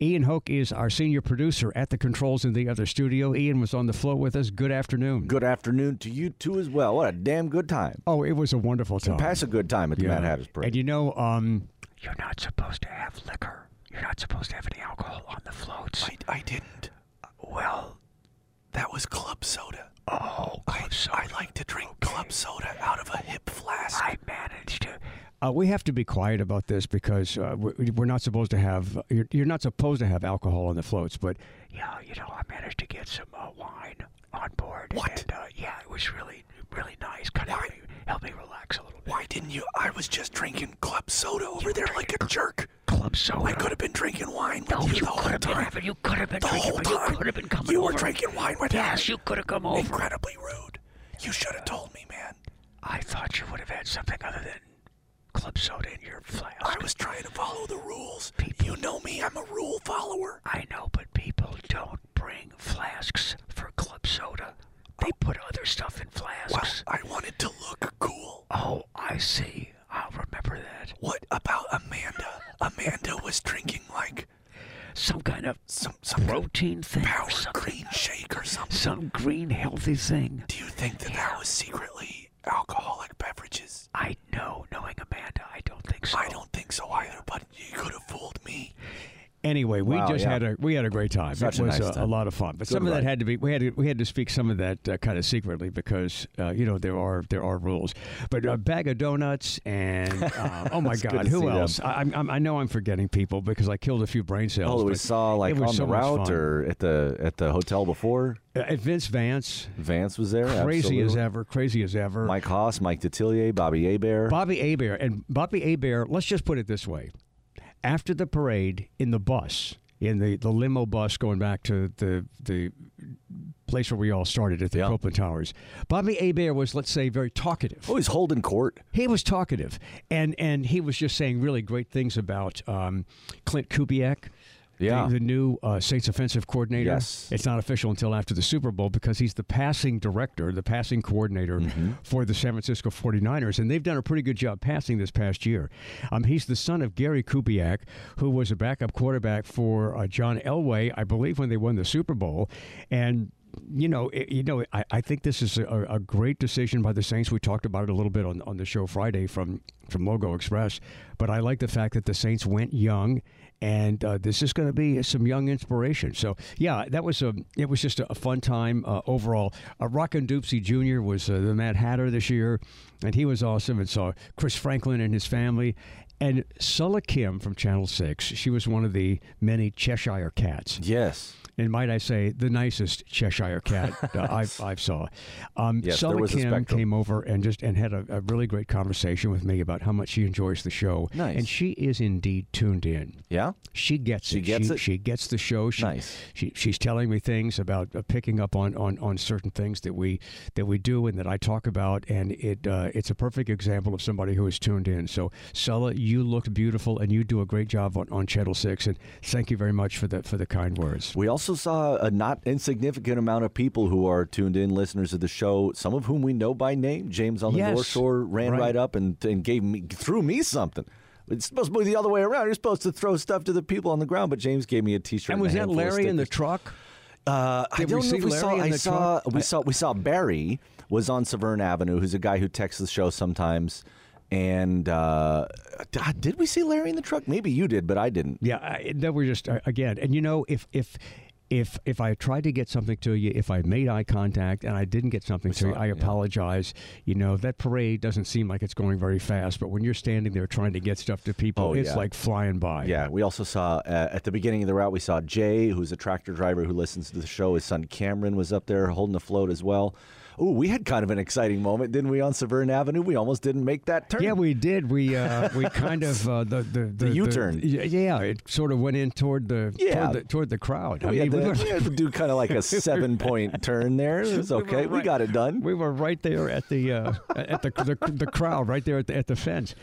Ian Hoke is our senior producer at the controls in the other studio. Ian was on the float with us. Good afternoon. Good afternoon to you too as well. What a damn good time. Oh, it was a wonderful time. Pass a good time at the Mad Hatters And Parade. you know, um, You're not supposed to have liquor. You're not supposed to have any alcohol on the floats. I, I didn't. Well, That was club soda. oh, I, I like to drink club soda out of a hip flask. I managed to. uh, we have to be quiet about this because uh, we- we're not supposed to have you're, you're not supposed to have alcohol on the floats. But Yeah, you know, I managed to get some uh, wine on board. What? And, uh, yeah, it was really, really nice. Kind of helped me, helped me relax a little bit. Why didn't you? I was just drinking club soda over there like a jerk. Club soda. I could have been drinking wine with No, you, you the whole could have been time. having. You could have been The drinking. whole but You time. could have been coming You were over. drinking wine with Yes, me. you could have come over. Incredibly rude. You should have told me, man. I thought you would have had something other than club soda in your flask. I was trying to follow the rules. People- You know me. I'm a rule follower. I know, but people don't bring flasks for club soda. They put other stuff in Well, flasks. I wanted to look cool. oh, I see. I'll remember that. What about Amanda? Amanda was drinking like Some kind of some some protein thing, power or something. green shake or something. some green healthy thing. Do you think that that was secretly alcoholic beverages? I know, knowing Amanda, I don't think so. I don't think so either, but you could have fooled me. anyway, we Wow, just yeah. had a we had a great time. Such it a was nice a, time. lot of fun. But Good some of that ride. had to be we had to, we had to speak some of that uh, kind of secretly because uh, you know there are there are rules. But a bag of donuts and uh, oh my It's good God, to see who them. else? I, I'm, I'm, I know I'm forgetting people because I killed a few brain cells. Oh, we but saw like it was on so the much route fun. or at the at the hotel before. Uh, and Vince Vance, Vance was there. crazy as absolutely. ever, crazy as ever. Mike Haas, Mike Detillier, Bobby Abear. Bobby Aber and Bobby Aber. Let's just put it this way: after the parade, in the bus, in the, the limo bus going back to the the place where we all started at the Yeah. Copeland Towers, Bobby Aber was, let's say, very talkative. oh, he's holding court. He was talkative, and and he was just saying really great things about um, Clint Kubiak. Yeah. The, the new uh, Saints offensive coordinator. Yes. It's not official until after the Super Bowl because he's the passing director, the passing coordinator Mm-hmm. for the San Francisco 49ers. And they've done a pretty good job passing this past year. Um, he's the son of Gary Kubiak, who was a backup quarterback for uh, John Elway, I believe, when they won the Super Bowl. And you know, it, you know, I, I think this is a, a great decision by the Saints. We talked about it a little bit on, on the show Friday from from Logo Express, but I like the fact that the Saints went young, and uh, this is going to be some young inspiration. So yeah, that was a it was just a, a fun time uh, overall. Uh, Rockin' Doopsie Jr. was uh, the Mad Hatter this year, and he was awesome. And saw Chris Franklin and his family. And Sulla Kim from Channel 6, she was one of the many Cheshire cats Yes. and might I say, the nicest Cheshire cat uh, I've, I've saw. Um, Yes, Sulla there was a Kim spectrum. came over and just and had a, a really great conversation with me about how much she enjoys the show. Nice. And she is indeed tuned in. Yeah. She gets She it. gets she, it? She gets the show. She, Nice. She, she's telling me things about uh, picking up on, on, on certain things that we that we do and that I talk about, and it uh, it's a perfect example of somebody who is tuned in. So, Sulla, you looked beautiful, and you do a great job on, on Channel Six, and thank you very much for the for the kind words. We also saw a not insignificant amount of people who are tuned in, listeners of the show, some of whom we know by name. James on the Yes. North Shore ran Right. right, up and, and gave me threw me something. It's supposed to be the other way around. You're supposed to throw stuff to the people on the ground, but James gave me a T-shirt. And a was that handful of Larry in the stickers. truck? Uh, I Did we don't know see if we Larry saw. in I the saw. truck? We saw. We saw Barry. was on Severn Avenue, who's a guy who texts the show sometimes. And uh, d- did we see Larry in the truck? Maybe you did, but I didn't. Yeah, I, that were just uh, again, and you know, if if if if I tried to get something to you, if I made eye contact and I didn't get something to you, I apologize. You know, that parade doesn't seem like it's going very fast, but when you're standing there trying to get stuff to people, Oh, it's yeah. like flying by. Yeah, we also saw uh, at the beginning of the route, we saw Jay, who's a tractor driver who listens to the show. His son Cameron was up there holding the float as well. Ooh, we had kind of an exciting moment, didn't we, on Severn Avenue? We almost didn't make that turn. Yeah, we did. We uh, we kind of uh, the, the the U-turn. yeah, yeah, it sort of went in toward the Yeah. toward the, toward Oh, the crowd. I we, had mean, we to, were- we had to do kind of like a seven point turn there. It was We were okay. We right- got it done. We were right there at the uh, at the, the the crowd, right there at the, at the fence.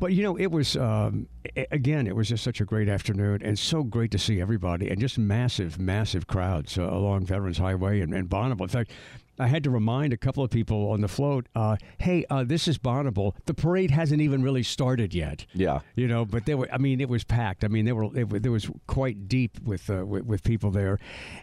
But you know, it was um, a- again, it was just such a great afternoon, and so great to see everybody, and just massive, massive crowds uh, along Veterans Highway and, and Bonneville. In fact. I had to remind a couple of people on the float, uh, "Hey, uh, this is Bonneville. The parade hasn't even really started yet." Yeah. you know, but they were. I mean, it was packed. I mean, they were. It, wa- there was quite deep with, uh, with with people there,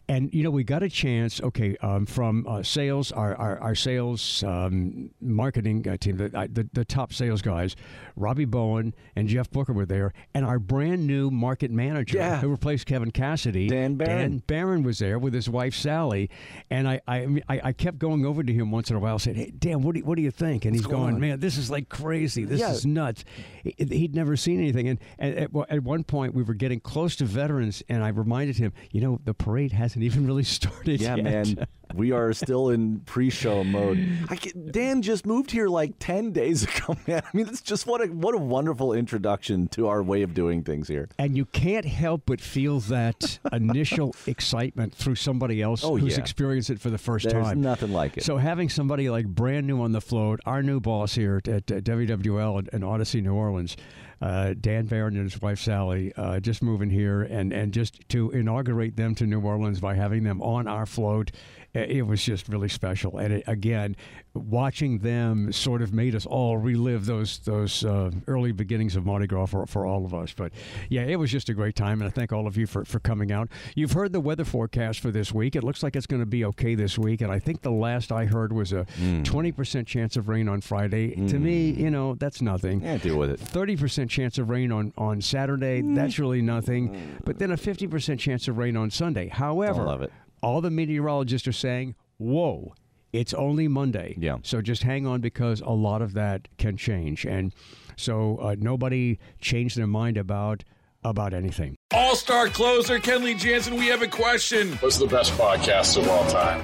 and you know, we got a chance. Okay, um, from uh, sales, our our, our sales um, marketing uh, team, the, I- the the top sales guys, Robbie Bowen and Jeff Booker were there, and our brand new market manager Yeah. who replaced Kevin Cassidy, Dan Barron. Dan Barron was there with his wife Sally, and I I I, I kept going over to him once in a while, saying, "Hey, Dan, what do you, what do you think?" And he's going, "Man, this is like crazy. This Yeah. is nuts. He- He'd never seen anything. And, and at, one- at one point, we were getting close to veterans, and I reminded him, you know, the parade hasn't even really started Yeah, yet. man. We are still in pre-show mode. I get, Dan just moved here like ten days ago, man. I mean, it's just what a what a wonderful introduction to our way of doing things here. And you can't help but feel that initial excitement through somebody else Oh, who's yeah. experienced it for the first There's time. nothing like it. So having somebody like brand new on the float, our new boss here at, at WWL and, and Odyssey New Orleans, uh, Dan Barron and his wife Sally, uh, just moving here and, and just to inaugurate them to New Orleans by having them on our float, i- it was just really special. And it, again, watching them sort of made us all relive those those uh, early beginnings of Mardi Gras for, for all of us. But yeah, it was just a great time, and I thank all of you for, for coming out. You've heard the weather forecast for this week. It looks like it's going to be okay this week, and I think the last I heard was a twenty percent chance of rain on Friday. To me, you know, that's nothing. Yeah, deal with it. 30% chance of rain on, on Saturday. Mm. That's really nothing. But then a 50% chance of rain on Sunday. However, love it. all the meteorologists are saying, whoa, it's only Monday. Yeah. So just hang on because a lot of that can change. And so uh, nobody changed their mind about about anything. All star closer Kenley Jansen, we have a question. What's the best podcast of all time?